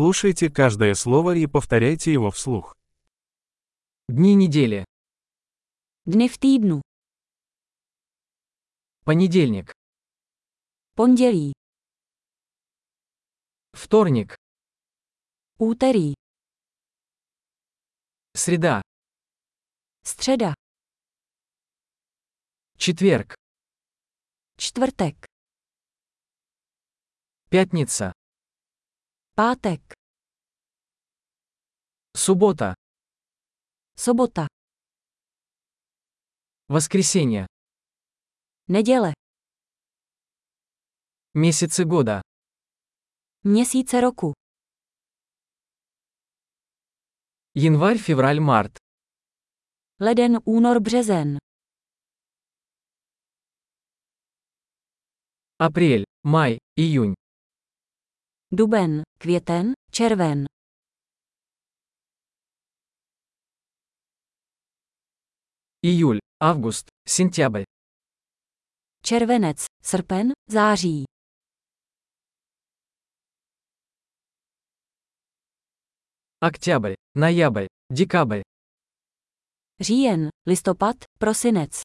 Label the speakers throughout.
Speaker 1: Слушайте каждое слово и повторяйте его вслух.
Speaker 2: Дни недели.
Speaker 3: Dny v týdnu.
Speaker 2: Понедельник.
Speaker 3: Pondělí.
Speaker 2: Вторник.
Speaker 3: Úterý.
Speaker 2: Среда.
Speaker 3: Středa.
Speaker 2: Четверг.
Speaker 3: Čtvrtek.
Speaker 2: Пятница.
Speaker 3: Pátek.
Speaker 2: Суббота.
Speaker 3: Sobota.
Speaker 2: Воскресенье.
Speaker 3: Neděle.
Speaker 2: Месяцы года.
Speaker 3: Měsíce roku.
Speaker 2: Январь, февраль, март.
Speaker 3: Leden, únor, březen.
Speaker 2: Апрель, май, июнь.
Speaker 3: Duben, květen, červen.
Speaker 2: Июль, август, сентябрь.
Speaker 3: Červenec, srpen, září.
Speaker 2: Октябрь, ноябрь, декабрь.
Speaker 3: Říjen, listopad, prosinec.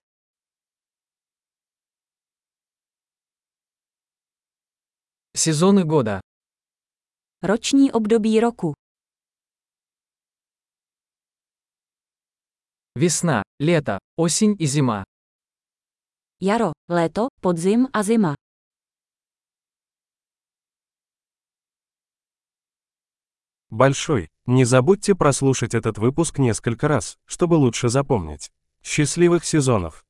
Speaker 2: Сезоны года.
Speaker 3: Roční období roku.
Speaker 2: Весна, лето, осень и зима.
Speaker 3: Jaro, léto, podzim a zima.
Speaker 1: Большой. Не забудьте прослушать этот выпуск несколько раз, чтобы лучше запомнить. Счастливых сезонов!